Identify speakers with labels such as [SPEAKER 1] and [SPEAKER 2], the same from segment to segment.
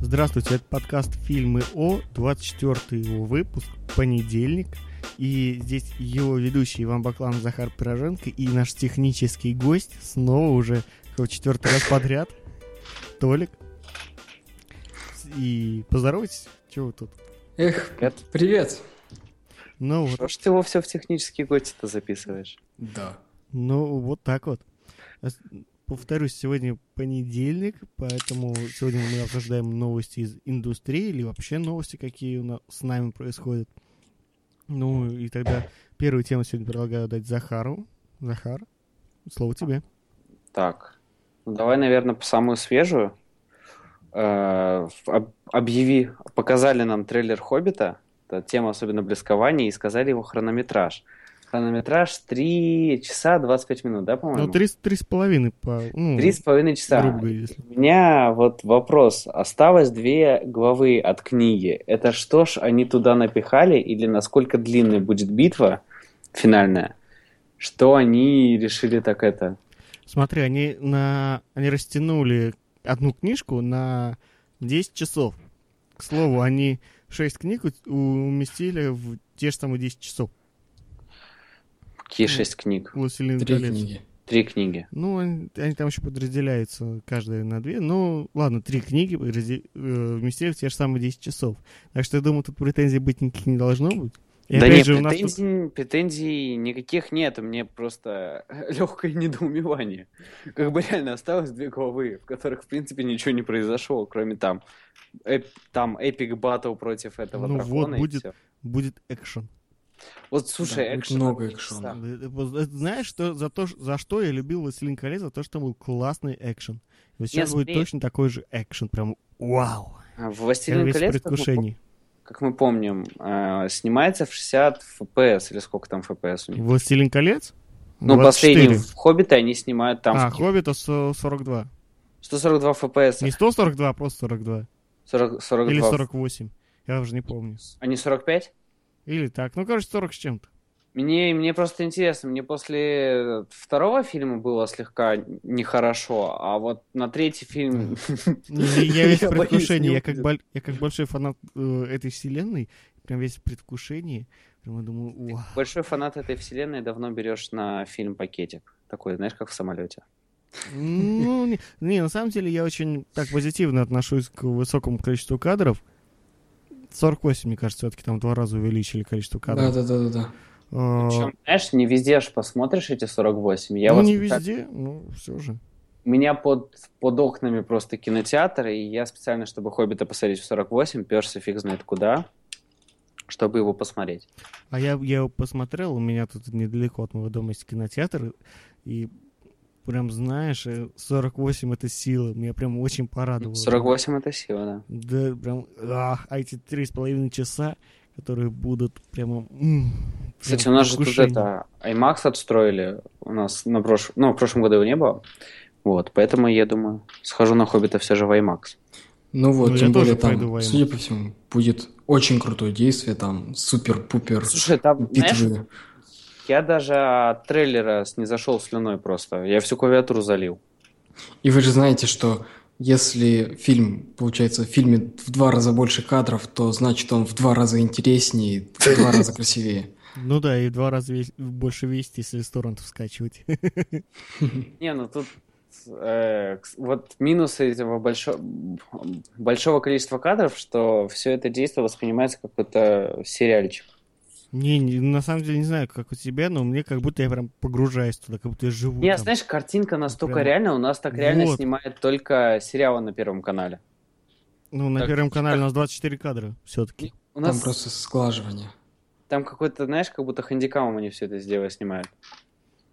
[SPEAKER 1] Здравствуйте, это подкаст «Фильмы О», 24 его выпуск, понедельник. И здесь его ведущий Иван Баклан, Захар Пироженко и наш технический гость снова уже в четвертый раз подряд, Толик. И поздоровайтесь, чего вы тут?
[SPEAKER 2] Эх,
[SPEAKER 3] Привет.
[SPEAKER 2] привет.
[SPEAKER 1] Ну вот,
[SPEAKER 3] Что ж ты его все в технические гости-то записываешь?
[SPEAKER 2] Да.
[SPEAKER 1] ну вот так вот. А с- Повторюсь, сегодня понедельник, поэтому сегодня мы обсуждаем новости из индустрии или вообще новости, какие у нас с нами происходят. Ну и тогда первую тему сегодня предлагаю дать Захару. Захар, слово тебе.
[SPEAKER 3] Так, ну давай, наверное, по самую свежую. Э, в- об- объяви, показали нам трейлер «Хоббита», та тема особенно блескования, и сказали его хронометраж. Хронометраж 3 часа 25 минут, да, по-моему?
[SPEAKER 1] Ну, три, с- три с половиной по... Ну,
[SPEAKER 3] Три с половиной часа.
[SPEAKER 1] грубо говоря, если.
[SPEAKER 3] У меня вот вопрос. Осталось две главы от книги. Это что ж они туда напихали или насколько длинной будет битва финальная? Что они решили так это?
[SPEAKER 1] Смотри, они, на... они растянули одну книжку на 10 часов. К слову, они 6 книг у- уместили в те же самые 10 часов.
[SPEAKER 3] Какие шесть книг?
[SPEAKER 1] «Властелин
[SPEAKER 2] Три
[SPEAKER 1] колец».
[SPEAKER 2] книги.
[SPEAKER 3] Три книги.
[SPEAKER 1] Ну, они, они там еще подразделяются, каждая на две. Ну, ладно, три книги подразде- э, вместили в те же самые 10 часов. Так что, я думаю, тут претензий быть никаких не должно быть. И
[SPEAKER 3] да
[SPEAKER 1] опять
[SPEAKER 3] нет,
[SPEAKER 1] же, у нас тут-
[SPEAKER 3] претензий, претензий никаких нет. Мне просто легкое недоумевание. Как бы реально осталось две главы, в которых, в принципе, ничего не произошло, кроме там, эп- там эпик батл против этого
[SPEAKER 1] Ну вот,
[SPEAKER 3] дракона и
[SPEAKER 1] будет
[SPEAKER 3] всё.
[SPEAKER 1] будет экшен.
[SPEAKER 3] Вот слушай,
[SPEAKER 2] Да, будет
[SPEAKER 3] экшена
[SPEAKER 2] много
[SPEAKER 3] три
[SPEAKER 2] экшена.
[SPEAKER 3] часа.
[SPEAKER 2] Да.
[SPEAKER 1] Э, вот, э, Знаешь, что за то, ш- за что я любил Властелин колец, за то, что там был классный экшен. И вот сейчас будет
[SPEAKER 3] смотри.
[SPEAKER 1] точно такой же экшен, прям вау.
[SPEAKER 3] А, В
[SPEAKER 1] Я
[SPEAKER 3] «Властелин
[SPEAKER 1] весь в
[SPEAKER 3] колец», как мы,
[SPEAKER 1] предвкушении.
[SPEAKER 3] как мы помним, э, снимается в 60 FPS, или сколько там FPS у них?
[SPEAKER 1] Властелин колец?
[SPEAKER 3] Ну,
[SPEAKER 1] 24.
[SPEAKER 3] последний, в «Хоббита» они снимают там
[SPEAKER 1] а,
[SPEAKER 3] в-
[SPEAKER 1] Хоббита со- 42.
[SPEAKER 3] 142 FPS,
[SPEAKER 1] Не 142, а просто 42.
[SPEAKER 3] 40 42.
[SPEAKER 1] Или 48. Я уже не помню.
[SPEAKER 3] А не 45?
[SPEAKER 1] Или так. Ну, короче, 40 с чем-то.
[SPEAKER 3] Мне, мне просто интересно, мне после второго фильма было слегка нехорошо, а вот на третий фильм...
[SPEAKER 1] И Я весь в
[SPEAKER 3] Я боюсь,
[SPEAKER 1] предвкушении.
[SPEAKER 3] не
[SPEAKER 1] Я как,
[SPEAKER 3] будет.
[SPEAKER 1] боль- я как большой фанат э, этой вселенной. Прям весь в предвкушении. Прям я думаю, вау.
[SPEAKER 3] Большой фанат этой вселенной давно берешь на фильм пакетик. Такой, знаешь, как в самолете.
[SPEAKER 1] Ну, не, не, на самом деле я очень так позитивно отношусь к высокому количеству кадров. 48, мне кажется, все-таки там в два раза увеличили количество
[SPEAKER 2] Да,
[SPEAKER 1] кадров.
[SPEAKER 2] да, да, да, да.
[SPEAKER 1] А,
[SPEAKER 3] Причем, знаешь, не везде ж посмотришь эти 48. Я
[SPEAKER 1] ну,
[SPEAKER 3] вот
[SPEAKER 1] не
[SPEAKER 3] специально-
[SPEAKER 1] везде, ну, все же.
[SPEAKER 3] У меня под, под окнами просто кинотеатр, и я специально, чтобы «Хоббита» посмотреть в 48, перся фиг знает куда, чтобы его посмотреть.
[SPEAKER 1] А я, я его посмотрел, у меня тут недалеко от моего дома есть кинотеатр, и прям, знаешь, э, 48 — это сила, меня прям очень порадовало.
[SPEAKER 3] 48 — это сила, да.
[SPEAKER 1] Да, прям, ах, а эти три с половиной часа, которые будут прямо... м,
[SPEAKER 3] Кстати, у
[SPEAKER 1] прям
[SPEAKER 3] нас же тут
[SPEAKER 1] вкушение.
[SPEAKER 3] это IMAX отстроили, у нас на прош... ну, в прошлом году его не было, вот, поэтому я думаю, схожу на «Хоббита» все же в IMAX.
[SPEAKER 2] Ну вот,
[SPEAKER 1] Ну, я
[SPEAKER 2] тем более
[SPEAKER 1] тоже пойду
[SPEAKER 2] там,
[SPEAKER 1] воевать.
[SPEAKER 2] судя по всему, будет очень крутое действие, там супер-пупер
[SPEAKER 3] Слушай, там, знаешь,
[SPEAKER 2] битвы.
[SPEAKER 3] я даже от трейлера не зашел слюной просто, я всю клавиатуру залил.
[SPEAKER 2] И вы же знаете, что если фильм, получается, в фильме в два раза больше кадров, то значит он в два раза интереснее, в два раза красивее.
[SPEAKER 1] Ну да, и в два раза вес- больше весить, если с торрентов скачивать.
[SPEAKER 3] Не, ну тут э, кс- вот минусы этого большо- большого количества кадров, что все это действие воспринимается как какой-то сериальчик.
[SPEAKER 1] Не, не, на самом деле не знаю, как у тебя, но мне как будто я прям погружаюсь туда, как будто я живу Ну,
[SPEAKER 3] Не, а
[SPEAKER 1] там.
[SPEAKER 3] знаешь, картинка настолько
[SPEAKER 1] Прямо.
[SPEAKER 3] реальная, у нас так реально
[SPEAKER 1] Вот.
[SPEAKER 3] снимают только сериалы на Первом канале.
[SPEAKER 1] Ну, на
[SPEAKER 3] так,
[SPEAKER 1] Первом канале у нас 24 кадра все-таки.
[SPEAKER 3] У
[SPEAKER 2] Там
[SPEAKER 3] нас
[SPEAKER 2] просто сглаживание.
[SPEAKER 3] там какой-то, знаешь, как будто хэндикамом они все это сделали, снимают.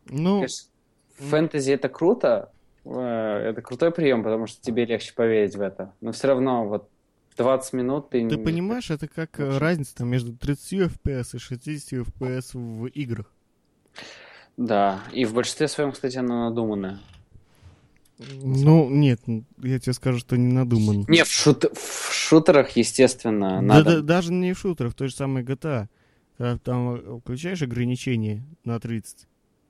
[SPEAKER 1] Ну,
[SPEAKER 3] Конечно, фэнтези это круто, э, это крутой прием, потому что тебе легче поверить в это. Но все равно вот 20 минут ты...
[SPEAKER 1] ты
[SPEAKER 3] не-
[SPEAKER 1] понимаешь, это как э,
[SPEAKER 3] Вообще.
[SPEAKER 1] разница там между 30 FPS и 60 FPS в играх.
[SPEAKER 3] Да, и в большинстве своем, кстати, она надуманная.
[SPEAKER 1] Ну, нет, н- я тебе скажу, что не надуман.
[SPEAKER 3] Не, в, шут- в шутерах, естественно,
[SPEAKER 1] Да,
[SPEAKER 3] А, надо.
[SPEAKER 1] да, даже не в шутерах, в той же самой GTA. Когда там э, включаешь ограничение на 30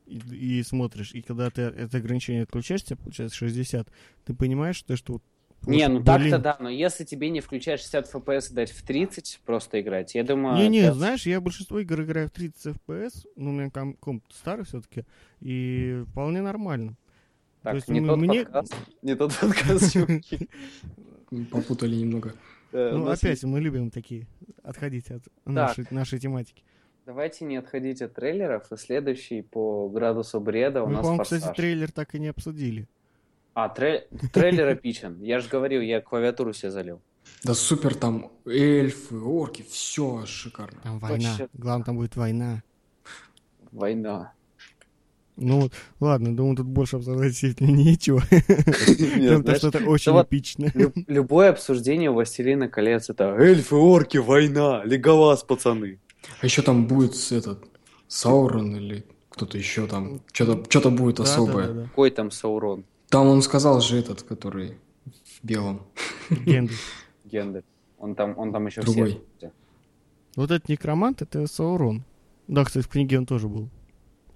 [SPEAKER 1] и, и смотришь, и когда ты это ограничение отключаешь, тебе получается 60, ты понимаешь, что, что вот
[SPEAKER 3] Не,
[SPEAKER 1] Вот,
[SPEAKER 3] ну так-то
[SPEAKER 1] блин.
[SPEAKER 3] да, но если тебе не включаешь 60 FPS и дать в 30 просто играть, я думаю...
[SPEAKER 1] Не-не,
[SPEAKER 3] это-
[SPEAKER 1] знаешь, я большинство игр играю в 30 FPS, ну, у меня ком- комп старый все-таки, и вполне нормально.
[SPEAKER 3] Так,
[SPEAKER 1] то есть
[SPEAKER 3] не,
[SPEAKER 1] м-
[SPEAKER 3] тот
[SPEAKER 1] мне- Ну,
[SPEAKER 3] подкаст, не тот подкаст, чуваки.
[SPEAKER 2] Попутали немного.
[SPEAKER 3] Э, у
[SPEAKER 1] Ну,
[SPEAKER 3] нас
[SPEAKER 1] опять мы любим такие, отходить от нашей, нашей тематики.
[SPEAKER 3] Давайте не отходить от трейлеров, и следующий по градусу бреда у
[SPEAKER 1] Мы,
[SPEAKER 3] нас
[SPEAKER 1] Ну, по-моему,
[SPEAKER 3] «Форсаж».
[SPEAKER 1] кстати, трейлер так и не обсудили.
[SPEAKER 3] А, трей- трейлер эпичен. Я же говорил, я клавиатуру себе залил.
[SPEAKER 2] Да супер там эльфы, орки, все шикарно.
[SPEAKER 1] Там
[SPEAKER 3] Вообще.
[SPEAKER 1] война. Главное, там будет война.
[SPEAKER 3] Война.
[SPEAKER 1] Ну вот, ладно, думаю, тут больше обсуждать действительно нечего.
[SPEAKER 3] Нет,
[SPEAKER 1] Там
[SPEAKER 3] знаешь,
[SPEAKER 1] что-то очень
[SPEAKER 3] вот-
[SPEAKER 1] эпичное.
[SPEAKER 3] лю- Любое обсуждение «Властелина колец» — это эльфы, орки, война, леголас, пацаны.
[SPEAKER 2] А еще там будет с- этот Саурон или кто-то еще там. Что-то что будет
[SPEAKER 1] Да, да,
[SPEAKER 2] особое.
[SPEAKER 1] да, да.
[SPEAKER 3] Какой там Саурон?
[SPEAKER 2] Там он сказал же этот, который в белом.
[SPEAKER 1] Гендальф.
[SPEAKER 3] Гендер. Он там, он там еще
[SPEAKER 2] Другой.
[SPEAKER 3] все.
[SPEAKER 1] Вот этот некромант, это Саурон. Да, кстати, в книге он тоже был.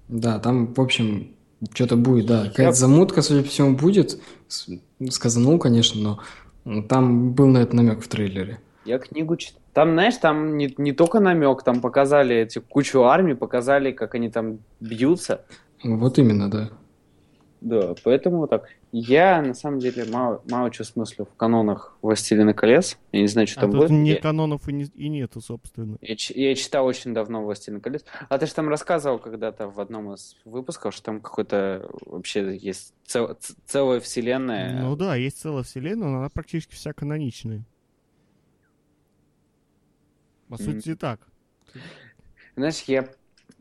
[SPEAKER 2] Да, там, в общем, что-то будет, да. Какая-то замутка, судя по всему, будет. С- Сказанул, конечно, но там был на это намек в трейлере.
[SPEAKER 3] Я книгу читал. Там, знаешь, там не, не только намек, там показали эти кучу армий, показали, как они там бьются.
[SPEAKER 2] Вот именно, да.
[SPEAKER 3] Да, поэтому вот так. Я на самом деле мало, мало чего смыслю в канонах Властелина колец. Я не знаю,
[SPEAKER 1] А
[SPEAKER 3] что там
[SPEAKER 1] тут
[SPEAKER 3] будет.
[SPEAKER 1] не
[SPEAKER 3] Я,
[SPEAKER 1] канонов и не- и нету, собственно.
[SPEAKER 3] я ч- я читал очень давно Властелин колец. А ты же там рассказывал когда-то в одном из выпусков, что там какой-то вообще есть цел- ц- целая вселенная.
[SPEAKER 1] Ну да, есть целая вселенная, но она практически вся каноничная. По
[SPEAKER 3] М.
[SPEAKER 1] сути, так.
[SPEAKER 3] Знаешь, я,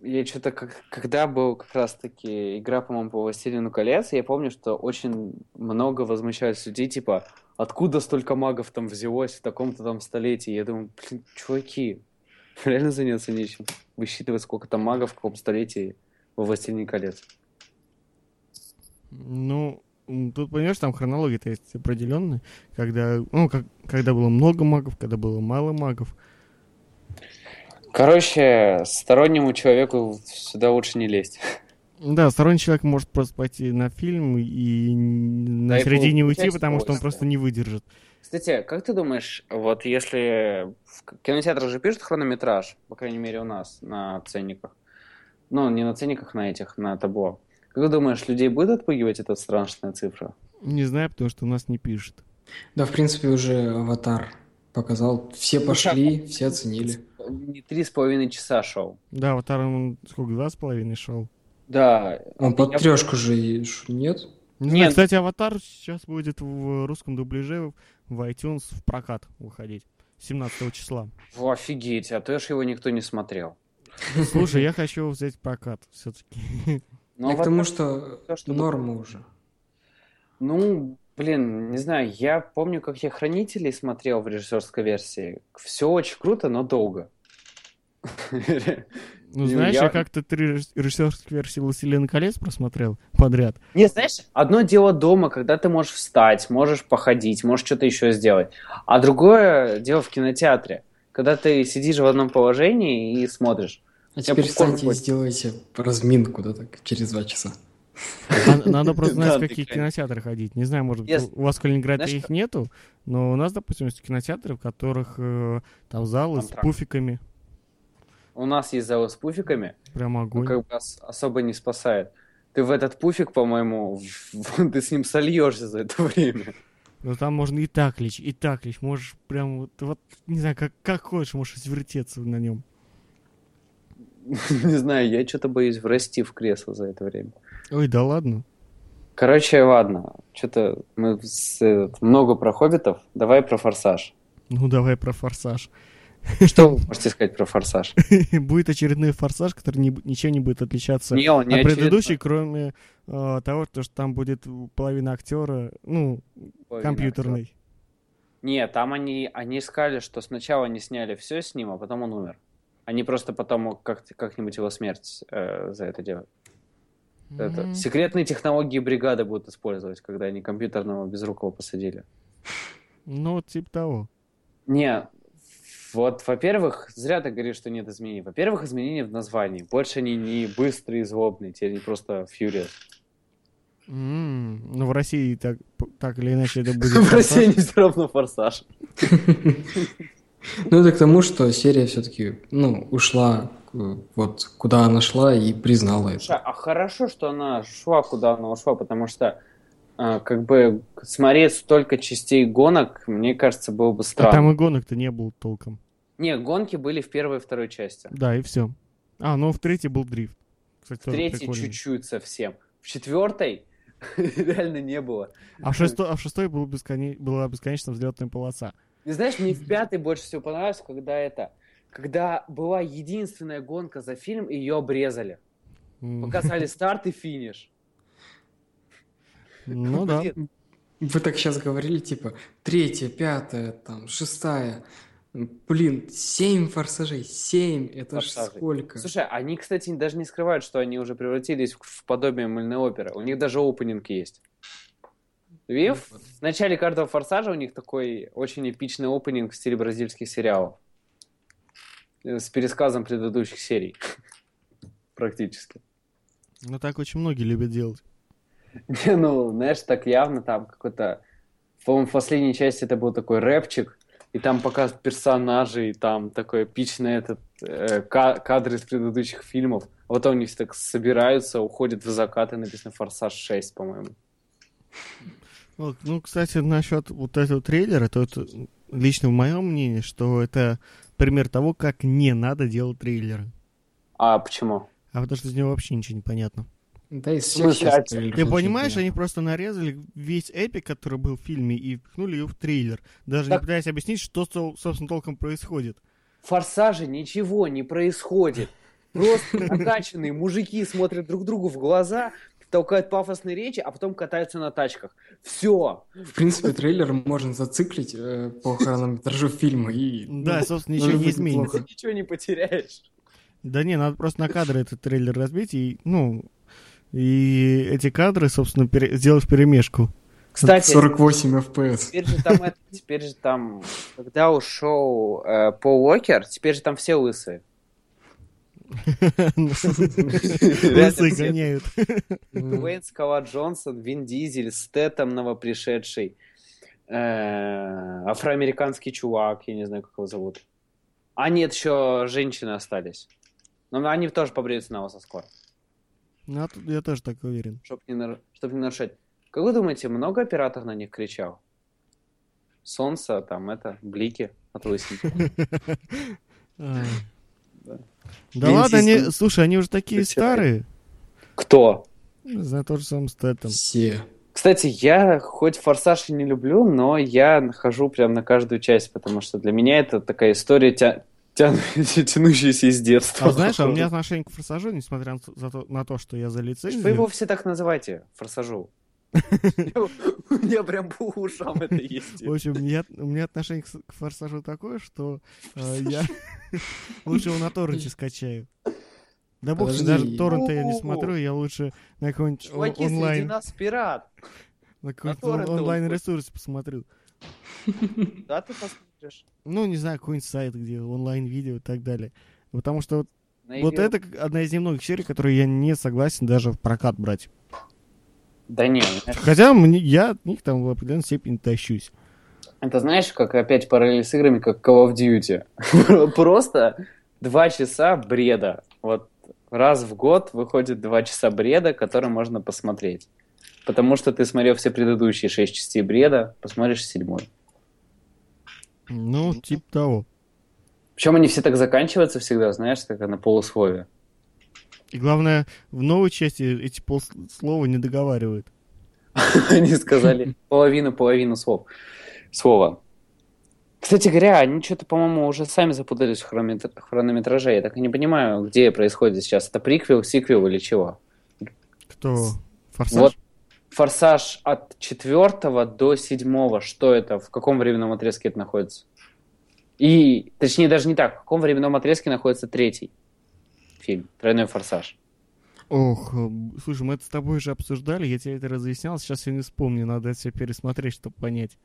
[SPEAKER 3] я что-то как, когда был как раз-таки игра, по-моему, по Властелину колец, я помню, что очень много возмущались людей, типа, откуда столько магов там взялось в таком-то там столетии? Я думаю, блин, чуваки, реально заняться нечем. Высчитывать, сколько там магов в каком столетии во Властелине колец.
[SPEAKER 1] Ну, м, тут, понимаешь, там хронология-то есть определенная. Когда, ну, как, когда было много магов, когда было мало магов.
[SPEAKER 3] Короче, стороннему человеку сюда лучше не лезть.
[SPEAKER 1] Да, сторонний человек может просто пойти на фильм и н-
[SPEAKER 3] Да,
[SPEAKER 1] на
[SPEAKER 3] и
[SPEAKER 1] середине
[SPEAKER 3] получать
[SPEAKER 1] уйти, потому что он
[SPEAKER 3] удовольствие.
[SPEAKER 1] просто не выдержит.
[SPEAKER 3] Кстати, как ты думаешь, вот если в кинотеатрах же пишут хронометраж, по крайней мере у нас на ценниках, ну не на ценниках, на этих, на табло, как ты думаешь, людей будет отпугивать эта страшная цифра?
[SPEAKER 1] Не знаю, потому что у нас не пишет.
[SPEAKER 2] Да, в принципе, уже аватар показал. Все
[SPEAKER 1] Ну,
[SPEAKER 2] пошли, все оценили.
[SPEAKER 3] Не три с половиной часа шел.
[SPEAKER 1] Да, аватар, он сколько, два с половиной шел?
[SPEAKER 3] Да.
[SPEAKER 2] Он под
[SPEAKER 3] Я-
[SPEAKER 2] трешку же и ш- нет.
[SPEAKER 1] Не
[SPEAKER 3] Не,
[SPEAKER 1] знаю,
[SPEAKER 3] ну-
[SPEAKER 1] кстати, аватар сейчас будет в русском дубляже в iTunes в прокат выходить. 17 числа.
[SPEAKER 3] Во, офигеть, а то ж его никто не смотрел.
[SPEAKER 1] Слушай, я хочу его взять в прокат все-таки.
[SPEAKER 3] Ну,
[SPEAKER 2] Я
[SPEAKER 3] вот
[SPEAKER 2] к тому, что
[SPEAKER 3] то, что-
[SPEAKER 2] норма уже.
[SPEAKER 3] Ну, блин, не знаю, я помню, как я «Хранителей» смотрел в режиссерской версии. Все очень круто, но долго.
[SPEAKER 1] Ну,
[SPEAKER 3] Не,
[SPEAKER 1] знаешь,
[SPEAKER 3] Ну, я-
[SPEAKER 1] я как-то три режис- режиссерских версии «Властелина колец» просмотрел подряд.
[SPEAKER 3] Не, знаешь, одно дело дома, когда ты можешь встать, можешь походить, можешь что-то еще сделать. А другое дело в кинотеатре, когда ты сидишь в одном положении и смотришь.
[SPEAKER 2] А
[SPEAKER 3] Я
[SPEAKER 2] теперь
[SPEAKER 3] попкорн
[SPEAKER 2] встаньте и
[SPEAKER 3] хочу.
[SPEAKER 2] сделайте разминку, да, так, через два часа.
[SPEAKER 1] А Надо просто знать,
[SPEAKER 3] Да,
[SPEAKER 1] в
[SPEAKER 3] ты
[SPEAKER 1] какие
[SPEAKER 3] конечно.
[SPEAKER 1] кинотеатры ходить. Не знаю, может,
[SPEAKER 3] Если-
[SPEAKER 1] у вас в Калининграде
[SPEAKER 3] Знаешь,
[SPEAKER 1] их нету, но у нас, допустим, есть кинотеатры, в которых э, там залы с
[SPEAKER 3] Антракт.
[SPEAKER 1] пуфиками.
[SPEAKER 3] У нас есть залы с пуфиками,
[SPEAKER 1] Прям
[SPEAKER 3] но
[SPEAKER 1] огонь.
[SPEAKER 3] Ну, как бы ос- особо не спасает. Ты в этот пуфик, по-моему, в- ты с ним сольешься за это время.
[SPEAKER 1] Но там можно и так лечь, и так лечь. Можешь прям вот, вот, не знаю, как, как хочешь, можешь извертеться на нем.
[SPEAKER 3] Не знаю, я что-то боюсь врасти в кресло за это время.
[SPEAKER 1] Ой, да ладно.
[SPEAKER 3] Короче, ладно, что-то мы с- этот, много про хоббитов. Давай про форсаж.
[SPEAKER 1] Ну, давай про «Форсаж».
[SPEAKER 3] Что вы можете сказать про форсаж?
[SPEAKER 1] Будет очередной «Форсаж», который не бу- ничем не будет отличаться
[SPEAKER 3] Не, он не
[SPEAKER 1] а предыдущий,
[SPEAKER 3] очередной.
[SPEAKER 1] кроме э, того, то, что там будет половина актера, ну,
[SPEAKER 3] Половина актера.
[SPEAKER 1] компьютерный.
[SPEAKER 3] Не, там они, они сказали, что сначала они сняли все с ним, а потом он умер. Они просто потом как- как-нибудь его смерть э, за это делают. Это,
[SPEAKER 1] Мгм.
[SPEAKER 3] секретные технологии бригады будут использовать, когда они компьютерного безрукого посадили.
[SPEAKER 1] Ну, вот типа того.
[SPEAKER 3] Не, вот, во-первых, зря ты говоришь, что нет изменений. Во-первых, изменения в названии. Больше они не быстрые и злобные, теперь они просто Furious.
[SPEAKER 1] М, Ну, в России так, так или иначе это будет.
[SPEAKER 3] В
[SPEAKER 1] форсаж.
[SPEAKER 3] России они все равно форсаж.
[SPEAKER 2] Ну, это к тому, что серия все-таки, ну, ушла э, вот куда она шла и признала это.
[SPEAKER 3] Слушай, а хорошо, что она шла, куда она ушла, потому что э, как бы смотреть столько частей гонок, мне кажется, было бы
[SPEAKER 1] А
[SPEAKER 3] странно.
[SPEAKER 1] там и гонок-то не было толком.
[SPEAKER 3] Не, гонки были в первой и второй части.
[SPEAKER 1] Да, и все. А, ну в третьей был дрифт. Кстати,
[SPEAKER 3] В
[SPEAKER 1] тоже
[SPEAKER 3] третьей
[SPEAKER 1] прикольно.
[SPEAKER 3] чуть-чуть совсем. В четвертой реально не было.
[SPEAKER 1] А в шестой, а в шестой был бесконе- была бесконечно взлетная полоса.
[SPEAKER 3] И знаешь, мне в пятой больше всего понравилось, когда это... Когда была единственная гонка за фильм, и ее обрезали.
[SPEAKER 1] М,
[SPEAKER 3] Показали старт и финиш.
[SPEAKER 1] Ну да.
[SPEAKER 3] Блин,
[SPEAKER 2] Вы так сейчас говорили, типа, третья, пятая, там, шестая. Блин, семь форсажей, семь, это ж
[SPEAKER 3] Форсажей.
[SPEAKER 2] сколько?
[SPEAKER 3] Слушай, они, кстати, даже не скрывают, что они уже превратились в подобие мыльной оперы. У них даже опенинг есть. И в в начале каждого форсажа у них такой очень эпичный опенинг в стиле бразильских сериалов. Э, С пересказом предыдущих серий. Практически.
[SPEAKER 1] Ну так очень многие любят делать.
[SPEAKER 3] Не, ну, знаешь, так явно там какой-то... По-моему, в последней части это был такой рэпчик, и там показ персонажей, и там такой эпичный этот э, ка- кадр из предыдущих фильмов. А потом они все так собираются, уходят в закат, и написано «Форсаж 6», по-моему.
[SPEAKER 1] Вот, ну, кстати, насчет вот этого трейлера, то это лично в моем мнении, что это пример того, как не надо делать трейлеры.
[SPEAKER 3] А почему?
[SPEAKER 1] А потому что из него вообще ничего не понятно.
[SPEAKER 2] Да и всех
[SPEAKER 3] Слушай,
[SPEAKER 2] сейчас
[SPEAKER 3] а
[SPEAKER 2] трейлеров
[SPEAKER 1] Ты
[SPEAKER 2] очень
[SPEAKER 1] понимаешь,
[SPEAKER 2] понятно.
[SPEAKER 1] они просто нарезали весь эпик, который был в фильме, и впихнули его в трейлер. Даже не
[SPEAKER 3] Так-
[SPEAKER 1] пытаясь объяснить, что, со- собственно, толком происходит.
[SPEAKER 3] В «Форсаже» ничего не происходит. Просто накачанные мужики смотрят друг другу в глаза, толкают пафосные речи, а потом катаются на тачках. Все.
[SPEAKER 2] В принципе, трейлер можно зациклить э, по хронометражу фильма и...
[SPEAKER 1] Да,
[SPEAKER 2] ну,
[SPEAKER 1] собственно,
[SPEAKER 2] даже
[SPEAKER 1] ничего не
[SPEAKER 2] будет
[SPEAKER 1] изменится.
[SPEAKER 2] плохо.
[SPEAKER 3] Ничего не потеряешь.
[SPEAKER 1] Да не, надо просто на кадры этот трейлер разбить и, ну, и эти кадры, собственно, пере- сделать перемешку.
[SPEAKER 3] Кстати,
[SPEAKER 2] 48 FPS.
[SPEAKER 3] Теперь же там, это- теперь же там, когда ушел э, Пол Уокер, теперь же там все лысые. Реально
[SPEAKER 1] Лысы
[SPEAKER 3] все.
[SPEAKER 1] гоняют.
[SPEAKER 2] Ну,
[SPEAKER 3] Дуэйн Скала Джонсон, Вин Дизель, Стэттем новопришедший, э, афроамериканский чувак, я не знаю, как его зовут. А нет, еще женщины остались. Но они тоже побреются на вас скоро,
[SPEAKER 1] Ну, а тут я тоже так уверен.
[SPEAKER 3] чтобы не, нар- чтоб не нарушать. Как вы думаете, много операторов на них кричал? Солнце, там это, блики от лысин.
[SPEAKER 1] Ай.
[SPEAKER 3] Да.
[SPEAKER 1] Да
[SPEAKER 2] Вин
[SPEAKER 1] ладно,
[SPEAKER 2] Дизель.
[SPEAKER 1] они, слушай, они уже такие
[SPEAKER 3] Включай.
[SPEAKER 1] старые.
[SPEAKER 3] Кто?
[SPEAKER 1] За тот же сам Стэттем.
[SPEAKER 2] Все.
[SPEAKER 3] Кстати, я хоть «Форсаж» и не люблю, но я нахожу прям на каждую часть, потому что для меня это такая история, тя- тя- тянущаяся из детства.
[SPEAKER 1] А знаешь, а у меня отношение к форсажу, несмотря на то- за то- на то, что я за
[SPEAKER 3] Вы его
[SPEAKER 1] лицензию.
[SPEAKER 3] все так называете, «Форсажу». У меня прям по ушам это есть.
[SPEAKER 1] В общем, я- у меня отношение к с- к форсажу такое, что э, я лучше его на торренте скачаю. Да бог с ним,
[SPEAKER 2] Подожди.
[SPEAKER 1] даже торрента я не
[SPEAKER 3] О.
[SPEAKER 1] смотрю, я лучше на какой-нибудь о-
[SPEAKER 3] Чуваки, среди
[SPEAKER 1] онлайн
[SPEAKER 3] нас пират.
[SPEAKER 1] На какой-то
[SPEAKER 3] торренты он
[SPEAKER 1] онлайн
[SPEAKER 3] ходит.
[SPEAKER 1] ресурсе посмотрю.
[SPEAKER 3] Да, ты посмотришь.
[SPEAKER 1] Ну, не знаю, какой-нибудь сайт, где онлайн-видео и так далее. Потому что вот,
[SPEAKER 3] На
[SPEAKER 1] вот
[SPEAKER 3] игре-
[SPEAKER 1] это как одна из немногих серий, которую я не согласен даже в прокат брать.
[SPEAKER 3] Да не,
[SPEAKER 1] Хотя мне, я от них там в определенной степени тащусь.
[SPEAKER 3] это знаешь, как опять параллели с играми, как Call of Duty. Просто два часа бреда. Вот раз в год выходит два часа бреда, которые можно посмотреть. Потому что ты смотрел все предыдущие шесть частей бреда, посмотришь седьмой.
[SPEAKER 1] Ну, типа того.
[SPEAKER 3] Причем они все так заканчиваются всегда, знаешь, как на полусловие.
[SPEAKER 1] И главное, в новой части эти полслова не договаривают.
[SPEAKER 3] Они сказали половину-половину слов. Слова. Кстати говоря, они что-то, по-моему, уже сами запутались в хронометр- хронометраже. Я так и не понимаю, где происходит сейчас. Это приквел, сиквел или чего?
[SPEAKER 1] Кто? Форсаж?
[SPEAKER 3] Вот форсаж от четвертого до седьмого, что это, в каком временном отрезке это находится? И, точнее, даже не так, в каком временном отрезке находится третий фильм, тройной форсаж?
[SPEAKER 1] Ох, э, слушай, мы это с тобой же обсуждали, я тебе это разъяснял, сейчас я не вспомню, надо это все пересмотреть, чтобы понять.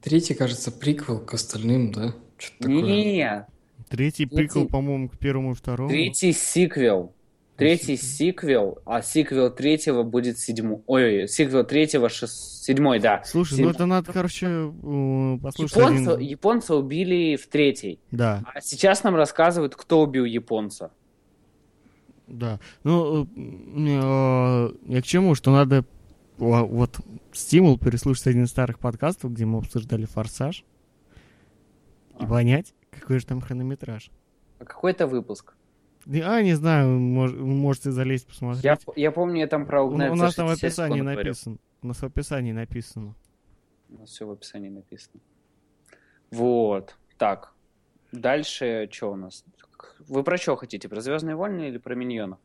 [SPEAKER 2] Третий, кажется, приквел к остальным, да? Что-то такое.
[SPEAKER 3] Нет,
[SPEAKER 1] Третий
[SPEAKER 3] Третий-
[SPEAKER 1] Ну. прикол, по-моему, к первому и второму.
[SPEAKER 3] третий сиквел. Третий сиквел, а сиквел третьего будет седьмой. Ой, ой, сиквел третьего шест... седьмой, да.
[SPEAKER 1] Слушай,
[SPEAKER 3] Сем-
[SPEAKER 1] ну это надо, короче, э, послушать
[SPEAKER 3] Японца,
[SPEAKER 1] один-
[SPEAKER 3] японца убили в третьей.
[SPEAKER 1] Да,
[SPEAKER 3] А сейчас нам рассказывают, кто убил японца.
[SPEAKER 1] да. Ну, э, м, э, я к чему, что надо во- вот стимул переслушать один из старых подкастов, где мы обсуждали «Форсаж», и понять, какой же там хронометраж.
[SPEAKER 3] А Какой это выпуск?
[SPEAKER 1] Не- А, не знаю, мож- можете залезть посмотреть.
[SPEAKER 3] Я, я помню, я там про
[SPEAKER 1] У, у
[SPEAKER 3] угнать за
[SPEAKER 1] нас там в
[SPEAKER 3] 60
[SPEAKER 1] описании
[SPEAKER 3] секунд говорил.
[SPEAKER 1] написано. У нас в описании написано.
[SPEAKER 3] У нас все в описании написано. Вот. Так. Дальше что у нас? Вы про что хотите? Про Звездные войны или про миньонов?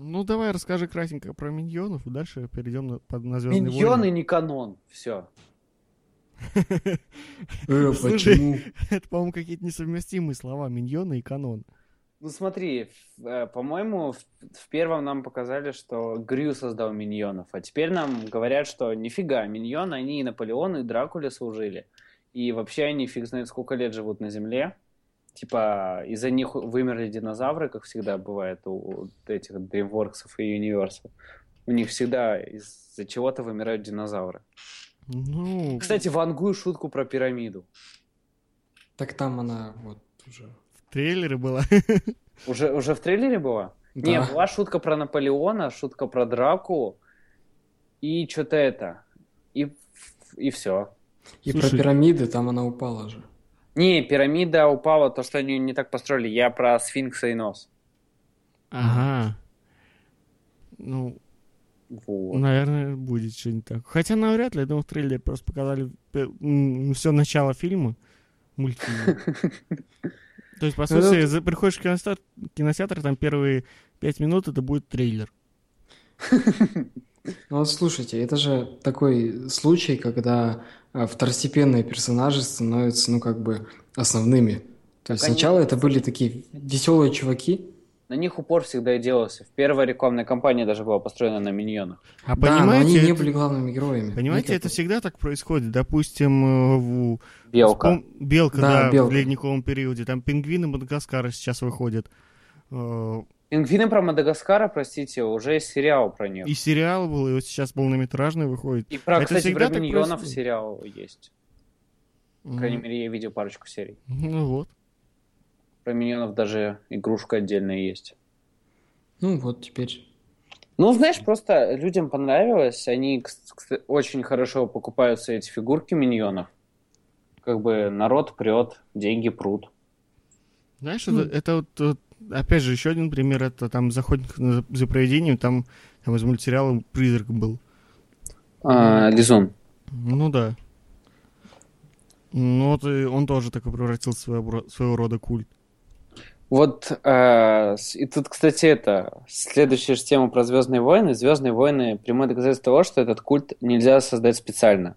[SPEAKER 1] Ну, давай расскажи кратенько про миньонов, и дальше перейдем на, под, на «Звёздные
[SPEAKER 3] Миньоны
[SPEAKER 1] войны».
[SPEAKER 3] не канон. Все.
[SPEAKER 2] Э,
[SPEAKER 1] Слушай.
[SPEAKER 2] почему?
[SPEAKER 1] Это, по-моему, какие-то несовместимые слова. Миньоны и канон.
[SPEAKER 3] Ну смотри, в- э, по-моему, в, в первом нам показали, что Грю создал миньонов, а теперь нам говорят, что нифига, миньоны, они и Наполеон, и Дракуле служили. И вообще они фиг знает сколько лет живут на Земле. Типа из-за них вымерли динозавры, как всегда бывает у, у этих DreamWorks и Universal. У них всегда из-за чего-то вымирают динозавры.
[SPEAKER 1] Ну,
[SPEAKER 3] Кстати, вангую шутку про пирамиду.
[SPEAKER 2] Так там она вот уже.
[SPEAKER 1] в трейлере было.
[SPEAKER 3] Уже, уже в трейлере была?
[SPEAKER 2] Да.
[SPEAKER 3] Не, была шутка про Наполеона, шутка про Дракулу и что-то это. И, и все.
[SPEAKER 2] И
[SPEAKER 1] Слушай.
[SPEAKER 2] про пирамиды там она упала же.
[SPEAKER 3] Не, пирамида упала, то, что они её не так построили. Я про сфинкса и нос.
[SPEAKER 1] Ага. Ну,
[SPEAKER 3] Вот.
[SPEAKER 1] наверное, будет что-нибудь такое. Хотя навряд ли, я думаю, в трейлере просто показали все начало фильма, мультфильма. То есть, по
[SPEAKER 2] Ну,
[SPEAKER 1] сути, за- приходишь в кинотеатр, кинотеатр, там первые пять минут это будет трейлер.
[SPEAKER 2] Ну вот слушайте, это же такой случай, когда а, второстепенные персонажи становятся, ну, как бы основными. То есть
[SPEAKER 3] они-
[SPEAKER 2] сначала это были такие веселые чуваки.
[SPEAKER 3] На них упор всегда и делался. В первой рекламной кампании даже была построена на миньонах.
[SPEAKER 1] А
[SPEAKER 2] Да, но они
[SPEAKER 1] понимаете,
[SPEAKER 2] не
[SPEAKER 1] это-
[SPEAKER 2] были главными героями.
[SPEAKER 1] понимаете,
[SPEAKER 2] Никак.
[SPEAKER 1] это всегда так происходит. Допустим, э, в
[SPEAKER 3] Белка.
[SPEAKER 1] Вспом- Белка,
[SPEAKER 2] Да,
[SPEAKER 1] да,
[SPEAKER 2] белка.
[SPEAKER 1] в ледниковом периоде. Там пингвины Мадагаскара сейчас выходят. Э,
[SPEAKER 3] Пингвины про Мадагаскара, простите, уже есть сериал про них.
[SPEAKER 1] И сериал был, и вот сейчас полнометражный выходит.
[SPEAKER 3] И про,
[SPEAKER 1] это
[SPEAKER 3] кстати,
[SPEAKER 1] всегда
[SPEAKER 3] про
[SPEAKER 1] так
[SPEAKER 3] миньонов
[SPEAKER 1] происходит.
[SPEAKER 3] сериал есть. По крайней мере, я видел парочку серий.
[SPEAKER 1] Ну вот.
[SPEAKER 3] Про миньонов даже игрушка отдельная есть.
[SPEAKER 2] Ну вот теперь.
[SPEAKER 3] Ну, знаешь, просто людям понравилось. Они кс- кс- очень хорошо покупаются эти фигурки миньонов. Как бы народ прет, деньги прут.
[SPEAKER 1] Знаешь, это, это вот, вот, опять же, еще один пример, это там «Заходник на- за проведением», там, там из мультсериала «Призрак» был.
[SPEAKER 3] А, Лизун.
[SPEAKER 1] Ну да. Ну вот и он тоже такой превратился в своего, ро- своего рода культ.
[SPEAKER 3] Вот, э, с- и тут, кстати, это, следующая же тема про Звездные войны. Звездные войны прямое доказательство того, что этот культ нельзя создать специально.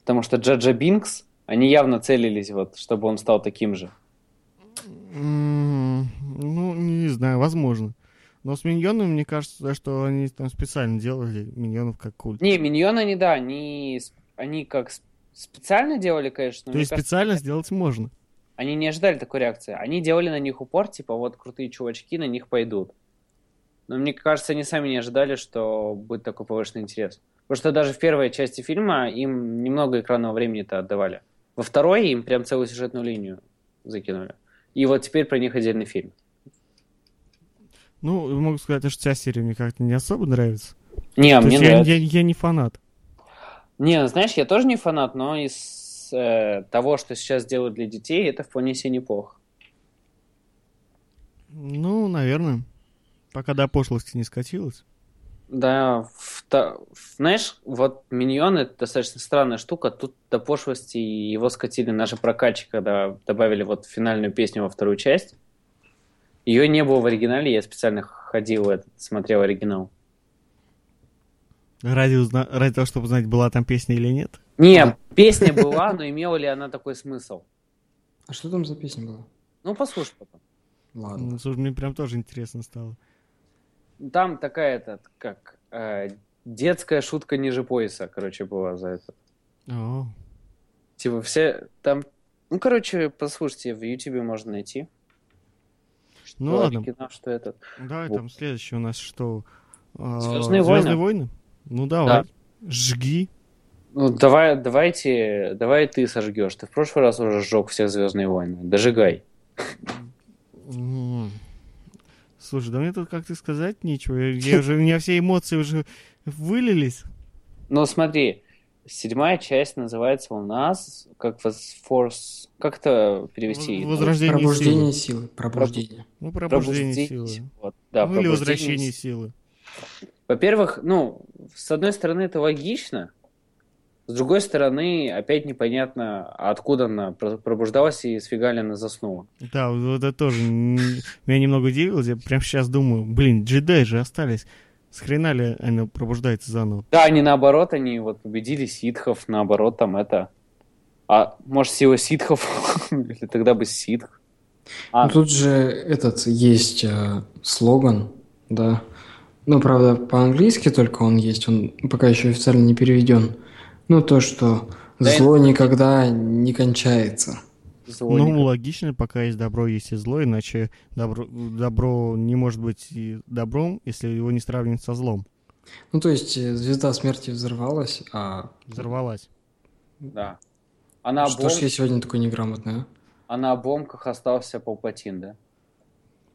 [SPEAKER 3] Потому что Джаджа Бинкс, они явно целились, вот, чтобы он стал таким же.
[SPEAKER 1] М, Ну, не знаю, возможно. Но с миньонами, мне кажется, да, что они там специально делали миньонов как культ.
[SPEAKER 3] Не, миньоны они, да, они, с- они как с- специально делали, конечно. но
[SPEAKER 1] То
[SPEAKER 3] мне
[SPEAKER 1] есть
[SPEAKER 3] кажется,
[SPEAKER 1] специально сделать можно.
[SPEAKER 3] Они не ожидали такой реакции. Они делали на них упор, типа, вот крутые чувачки, на них пойдут. Но мне кажется, они сами не ожидали, что будет такой повышенный интерес. Потому что даже в первой части фильма им немного экранного времени-то отдавали. Во второй им прям целую сюжетную линию закинули. И вот теперь про них отдельный фильм.
[SPEAKER 1] Ну, могу сказать, что вся серия мне как-то не особо нравится.
[SPEAKER 3] Не,
[SPEAKER 1] То
[SPEAKER 3] мне
[SPEAKER 1] есть я,
[SPEAKER 3] нравится.
[SPEAKER 1] я- я не фанат.
[SPEAKER 3] Не, знаешь, я тоже не фанат, но из э, того, что сейчас делают для детей, это вполне себе неплохо.
[SPEAKER 1] Ну, наверное. Пока до пошлости не скатилась.
[SPEAKER 3] Да, в та- в- знаешь, вот миньон это достаточно странная штука. Тут до пошлости его скатили наши прокачи, когда добавили вот финальную песню во вторую часть. Ее не было в оригинале, я специально ходил, этот, смотрел оригинал.
[SPEAKER 1] Ради, узна- ради того, чтобы узнать, была там песня или нет.
[SPEAKER 3] Не, песня была, но имела ли она такой смысл?
[SPEAKER 2] А что там за песня была?
[SPEAKER 3] Ну, послушай потом.
[SPEAKER 2] Ладно.
[SPEAKER 1] Ну, слушай, мне прям тоже интересно стало.
[SPEAKER 3] Там такая, этот, как, э, детская шутка ниже пояса, короче, была за это.
[SPEAKER 1] О, ну
[SPEAKER 3] Типа все там... Ну, короче, послушайте, в Ютубе можно найти. что
[SPEAKER 1] Ну ладно.
[SPEAKER 3] кино, что этот.
[SPEAKER 1] Давай
[SPEAKER 3] Вот.
[SPEAKER 1] там следующее у нас что? А,
[SPEAKER 3] «Звездные
[SPEAKER 1] «Звездные
[SPEAKER 3] войны».
[SPEAKER 1] войны? Ну давай. Жги.
[SPEAKER 3] Ну, давай, давайте, давай ты сожгешь. Ты в прошлый раз уже сжег все Звездные войны. Дожигай.
[SPEAKER 1] М. Слушай, да мне тут как-то сказать нечего. Я, я уже, у меня все эмоции уже вылились.
[SPEAKER 3] Ну, смотри, седьмая часть называется у нас как воз- Force... Как это перевести?
[SPEAKER 1] Воз- Возрождение силы.
[SPEAKER 2] Пробуждение силы. Пробуждение.
[SPEAKER 1] Ну, пробуждение силы.
[SPEAKER 3] Вот, да,
[SPEAKER 1] ну, или
[SPEAKER 3] пробуждение
[SPEAKER 1] возвращение силы.
[SPEAKER 3] Во-первых, ну, с одной стороны, это логично. С другой стороны, опять непонятно, откуда она про- пробуждалась и сфига ли она заснула.
[SPEAKER 1] Да, вот это тоже н- меня немного удивило. Я прямо сейчас думаю, блин, джедаи же остались. С хрена ли она пробуждается заново?
[SPEAKER 3] Да, они наоборот, они вот победили ситхов, наоборот, там это... А может, сила ситхов? Или тогда бы ситх. А,
[SPEAKER 2] Ну, тут же этот есть э, слоган, да. Ну, правда, по-английски только он есть, он пока еще официально не переведен. Ну, то, что
[SPEAKER 3] Да,
[SPEAKER 2] зло никогда не кончается.
[SPEAKER 3] зло
[SPEAKER 1] ну,
[SPEAKER 3] никак.
[SPEAKER 1] логично, пока есть добро, есть и зло, иначе добро, добро не может быть и добром, если его не сравнивать со злом.
[SPEAKER 2] Ну, то есть э, звезда смерти взорвалась, а...
[SPEAKER 1] Взорвалась.
[SPEAKER 3] Да. А на,
[SPEAKER 2] Что ж
[SPEAKER 3] обом-
[SPEAKER 2] я сегодня такой неграмотный, а?
[SPEAKER 3] а на обломках остался Палпатин, да?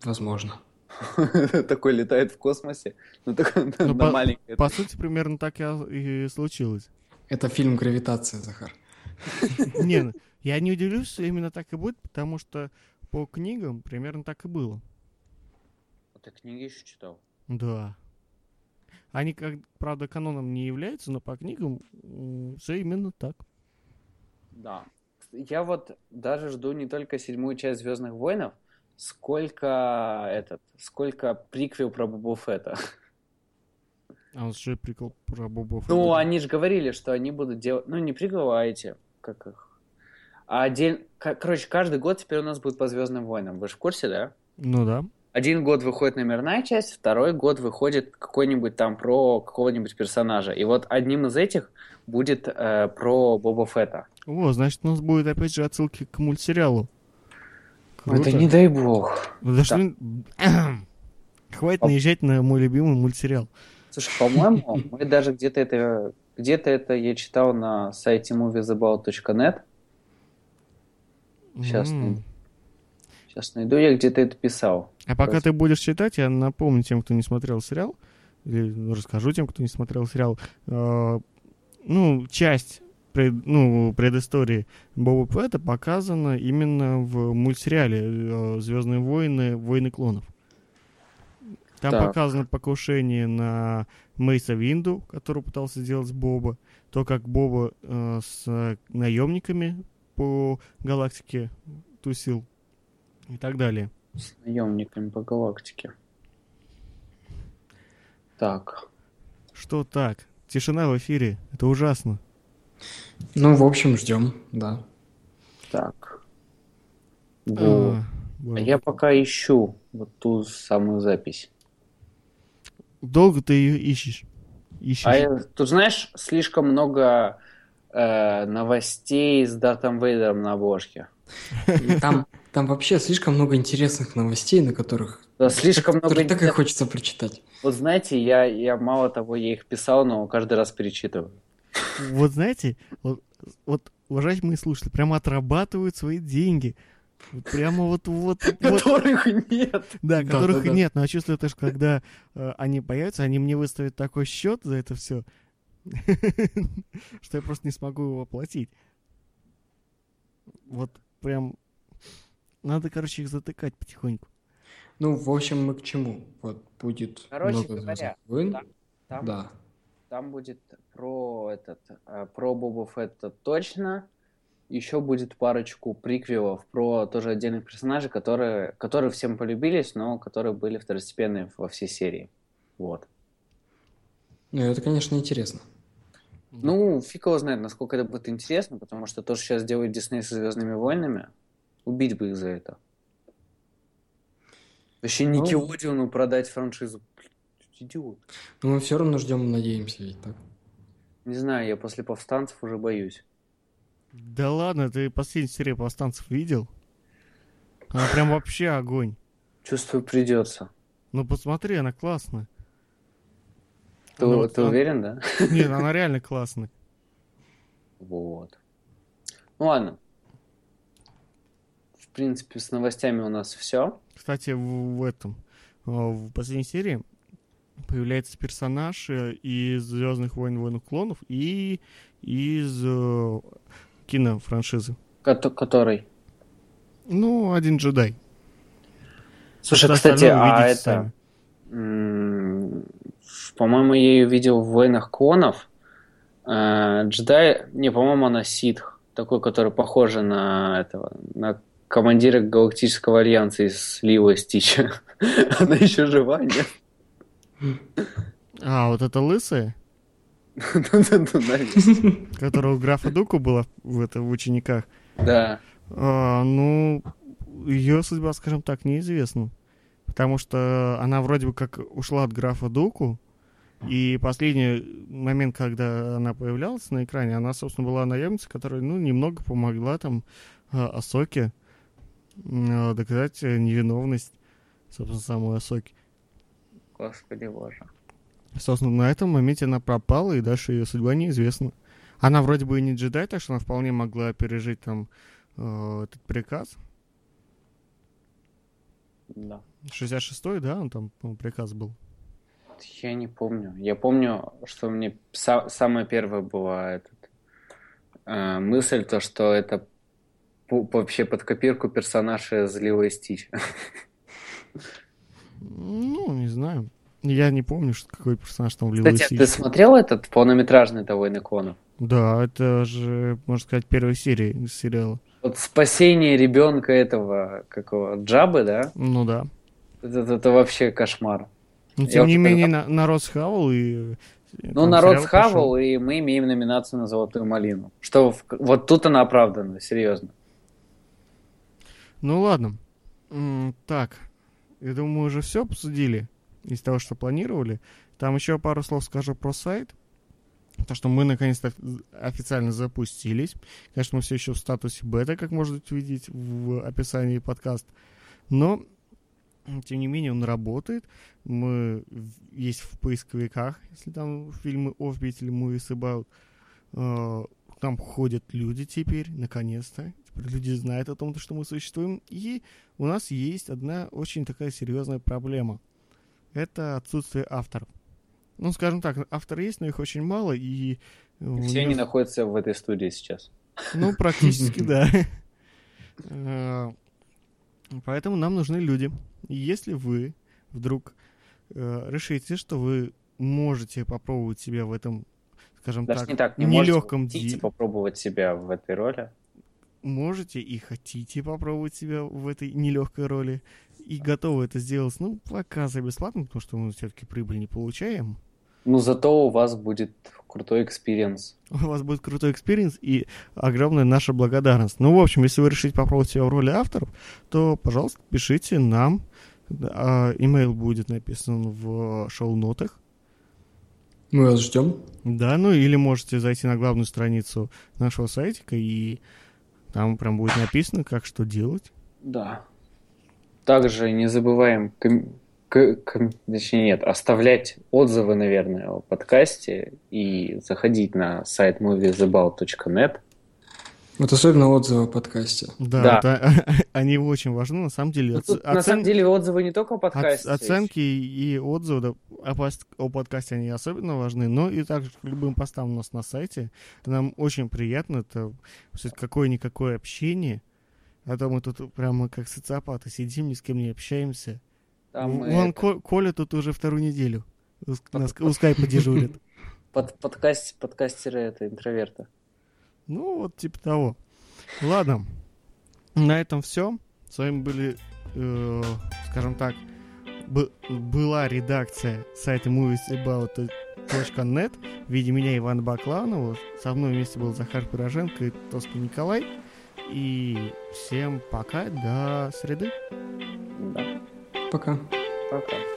[SPEAKER 2] Возможно.
[SPEAKER 3] Такой летает в космосе. Ну, такой
[SPEAKER 1] Ну,
[SPEAKER 3] на
[SPEAKER 1] по-
[SPEAKER 3] маленькой.
[SPEAKER 1] По сути, примерно так и о- и случилось.
[SPEAKER 2] Это фильм «Гравитация», Захар.
[SPEAKER 1] Не, ну, я не удивлюсь, если именно так и будет, потому что по книгам примерно так и было.
[SPEAKER 3] Ты книги еще читал?
[SPEAKER 1] Да. Они, как, правда, каноном не являются, но по книгам все именно так.
[SPEAKER 3] Да. Я вот даже жду не только седьмую часть Звездных войнов, сколько этот, сколько приквел про Бобу Фетта.
[SPEAKER 1] А у нас же прикол про бобов.
[SPEAKER 3] Ну, они же говорили, что они будут делать, ну не приквел, а эти, как их. А отдельно, короче, каждый год теперь у нас будет по Звездным войнам. Вы же в курсе, да?
[SPEAKER 1] Ну да.
[SPEAKER 3] Один год выходит номерная часть, второй год выходит какой-нибудь там про какого-нибудь персонажа. И вот одним из этих будет э, про Боба Фетта.
[SPEAKER 1] О, значит, у нас будет опять же отсылки к мультсериалу. Круто.
[SPEAKER 3] А Это не дай бог.
[SPEAKER 1] Ну, да что- Хватит наезжать на мой любимый мультсериал.
[SPEAKER 3] Слушай, по-моему, мы даже где-то это... Где-то это я читал на сайте moviesabout.net. Щас,
[SPEAKER 1] М.
[SPEAKER 3] ну. Сейчас найду, я где-то это писал.
[SPEAKER 1] А пока
[SPEAKER 3] Раз.
[SPEAKER 1] ты будешь читать, я напомню тем, кто не смотрел сериал, или ну, расскажу тем, кто не смотрел сериал, э, ну, часть пред- ну, предыстории Боба Пэта показана именно в мультсериале «Звездные войны. Войны клонов». Там
[SPEAKER 3] Так.
[SPEAKER 1] показано покушение на Мейса Винду, который пытался сделать Боба, то, как Боба э, с наемниками по галактике тусил и так далее.
[SPEAKER 3] С наемниками по галактике. Так.
[SPEAKER 1] Что так? Тишина в эфире. Это ужасно.
[SPEAKER 2] Ну, в общем, ждем, да.
[SPEAKER 1] А,
[SPEAKER 3] Так. Вот. А
[SPEAKER 1] боже.
[SPEAKER 3] я пока ищу вот ту самую запись.
[SPEAKER 1] Долго ты ее ищешь? Ищешь.
[SPEAKER 3] А я- тут, знаешь, слишком много э, новостей с Дартом Вейдером на обложке.
[SPEAKER 2] И Там, там вообще слишком много интересных новостей, на которых
[SPEAKER 3] Да, слишком много...
[SPEAKER 2] которые так и
[SPEAKER 3] интересных-
[SPEAKER 2] хочется прочитать.
[SPEAKER 3] Вот знаете, я, я мало того, я их писал, но каждый раз перечитываю.
[SPEAKER 1] Вот знаете, вот, вот, уважаемые слушатели, прямо отрабатывают свои деньги. Вот Прямо вот, вот, вот,
[SPEAKER 3] Которых нет.
[SPEAKER 1] да,
[SPEAKER 2] Да,
[SPEAKER 1] которых
[SPEAKER 2] да, да.
[SPEAKER 1] нет. Но я чувствую, это ж когда э, они появятся, они мне выставят такой счет за это все, что я просто не смогу его оплатить. Вот прям надо, короче, их затыкать потихоньку.
[SPEAKER 2] Ну, в общем, мы к чему? Вот будет
[SPEAKER 3] Короче
[SPEAKER 2] много
[SPEAKER 3] говоря,
[SPEAKER 2] «Звездных войн».
[SPEAKER 3] там- Там,
[SPEAKER 2] Да.
[SPEAKER 3] там будет про этот, э, про Боба Фетта точно. Еще будет парочку приквелов про тоже отдельных персонажей, которые, которые всем полюбились, но которые были второстепенные во всей серии. Вот.
[SPEAKER 2] Ну, это, конечно, интересно.
[SPEAKER 3] Ну, фиг его знает, насколько это будет интересно, потому что то, что сейчас делает Дисней со Звездными войнами, убить бы их за это. Вообще Никелодиону продать франшизу. блядь, Идиот.
[SPEAKER 2] Но мы все равно ждем и надеемся, ведь так.
[SPEAKER 3] Не знаю, я после повстанцев уже боюсь.
[SPEAKER 1] Да ладно, ты последнюю серию повстанцев видел? Она прям вообще огонь.
[SPEAKER 3] Чувствую, придется.
[SPEAKER 1] Ну посмотри, она классная.
[SPEAKER 3] Ты,
[SPEAKER 1] Она вот-
[SPEAKER 3] ты
[SPEAKER 1] она-
[SPEAKER 3] уверен, да?
[SPEAKER 1] Нет, она реально классная.
[SPEAKER 3] Вот. Ну ладно. В принципе, с новостями у нас все.
[SPEAKER 1] Кстати, в, в этом, э, в последней серии появляется персонаж э, из Звездных войн, войн клонов и из э, кинофраншизы.
[SPEAKER 3] который.
[SPEAKER 1] Ну, один джедай.
[SPEAKER 3] Слушай,
[SPEAKER 1] Всё
[SPEAKER 3] кстати,
[SPEAKER 1] остальное
[SPEAKER 3] а
[SPEAKER 1] увидите
[SPEAKER 3] это...
[SPEAKER 1] сами.
[SPEAKER 3] м, По-моему, я ее видел в «Войнах клонов». Э, Джедай... Не, по-моему, она ситх. Такой, который похожий на этого... На командира Галактического Альянса из Лило и Стича. Она еще жива, нет?
[SPEAKER 1] А, вот это лысая,
[SPEAKER 3] Да-да-да, наверное.
[SPEAKER 1] которая у графа Дуку была в, это, в учениках.
[SPEAKER 3] Да.
[SPEAKER 1] А, ну, ее судьба, скажем так, неизвестна. Потому что она вроде бы как ушла от графа Дуку. И последний момент, когда она появлялась на экране, она, собственно, была наемница, которая, ну, немного помогла там э, Асоке э, доказать э, невиновность, собственно, самой Асоки.
[SPEAKER 3] Господи боже.
[SPEAKER 1] Собственно, на этом моменте она пропала, и дальше ее судьба неизвестна. Она вроде бы и не джедай, так что она вполне могла пережить там э, этот приказ,
[SPEAKER 3] Да.
[SPEAKER 1] 66-й, да, он там, по-моему, приказ был.
[SPEAKER 3] Я не помню. Я помню, что мне са- самая первая была этот, э, мысль, то, что это пу- вообще под копирку персонаж из Лило и Стич.
[SPEAKER 1] Ну, не знаю. Я не помню, что какой персонаж там в Лило и
[SPEAKER 3] Кстати, а
[SPEAKER 1] Стич.
[SPEAKER 3] ты смотрел этот полнометражный того «Войны клонов»?
[SPEAKER 1] Да, это же, можно сказать, первая серия из сериала.
[SPEAKER 3] Вот спасение ребенка этого, какого, Джабы, да?
[SPEAKER 1] Ну да.
[SPEAKER 3] Это, это- это вообще кошмар.
[SPEAKER 1] Но,
[SPEAKER 3] Я
[SPEAKER 1] тем не
[SPEAKER 3] уже
[SPEAKER 1] менее, на- народ схавал и... э,
[SPEAKER 3] Ну,
[SPEAKER 1] там
[SPEAKER 3] народ
[SPEAKER 1] сериал
[SPEAKER 3] схавал,
[SPEAKER 1] пошел.
[SPEAKER 3] и мы имеем номинацию на «Золотую малину». Что в- вот тут она оправдана, серьезно.
[SPEAKER 1] Ну ладно. М, Так, я думаю, мы уже все обсудили из того, что планировали. Там еще пару слов скажу про сайт. То, что мы наконец-то официально запустились. Конечно, мы все еще в статусе бета, как можно увидеть в описании подкаста. Но, м, тем не менее, он работает. Мы в- есть в поисковиках, если там фильмы Offbeat или Movies About. Э, к нам ходят люди теперь, наконец-то. Теперь люди знают о том, что мы существуем. И у нас есть одна очень такая серьезная проблема. Это отсутствие авторов. Ну, скажем так, авторы есть, но их очень мало, и... э,
[SPEAKER 3] Все
[SPEAKER 1] у
[SPEAKER 3] они
[SPEAKER 1] нас-
[SPEAKER 3] находятся в этой студии сейчас.
[SPEAKER 1] ну, практически, да. Э, Поэтому нам нужны люди. И Если вы вдруг э, решите, что вы можете попробовать себя в этом, скажем
[SPEAKER 3] Даже
[SPEAKER 1] Ну так,
[SPEAKER 3] не так, не можете, типа.
[SPEAKER 1] нелегком
[SPEAKER 3] хотите
[SPEAKER 1] деле,
[SPEAKER 3] попробовать себя в этой роли.
[SPEAKER 1] можете и хотите попробовать себя в этой нелегкой роли, и готовы это сделать, ну, пока за бесплатно, потому что мы все-таки прибыль не получаем.
[SPEAKER 3] Ну, зато у вас будет крутой экспириенс.
[SPEAKER 1] У вас будет крутой экспириенс и огромная наша благодарность. Ну, в общем, если вы решите попробовать себя в роли авторов, то, пожалуйста, пишите нам. Да, а, Имейл будет написан в шоу-нотах.
[SPEAKER 2] Мы вас ждем.
[SPEAKER 1] Да, ну или можете зайти на главную страницу нашего сайтика, и там прям будет написано, как что делать.
[SPEAKER 3] Да. Также не забываем, ком- к- ком- точнее нет, оставлять отзывы, наверное, о подкасте и заходить на сайт moviesabout.net.
[SPEAKER 2] Вот особенно отзывы о подкасте.
[SPEAKER 1] Да,
[SPEAKER 3] Да.
[SPEAKER 1] это- они очень важны, на самом деле.
[SPEAKER 3] Ну,
[SPEAKER 1] Оц-
[SPEAKER 3] тут, на самом
[SPEAKER 1] оцен-
[SPEAKER 3] деле отзывы не только о
[SPEAKER 1] Оц-
[SPEAKER 3] подкасте.
[SPEAKER 1] Оценки и отзывы да, о, пос- о подкасте они особенно важны, но и также к любым постам у нас на сайте. Нам очень приятно, это все-таки какое-никакое общение. А то мы тут прямо как социопаты сидим, ни с кем не общаемся.
[SPEAKER 3] Там, э,
[SPEAKER 1] Вон Ко- Коля тут уже вторую неделю у ск- на ск- у скайпа дежурит.
[SPEAKER 3] под, подкаст, подкастеры это интроверты.
[SPEAKER 1] Ну, вот типа того. Ладно, на этом все. С вами были, э, скажем так, бы- была редакция сайта moviesabout.net в виде меня, Ивана Бакланова. Со мной вместе был Захар Пироженко и Тоска Николай. И всем пока, до среды.
[SPEAKER 3] Да,
[SPEAKER 2] Пока.
[SPEAKER 3] пока.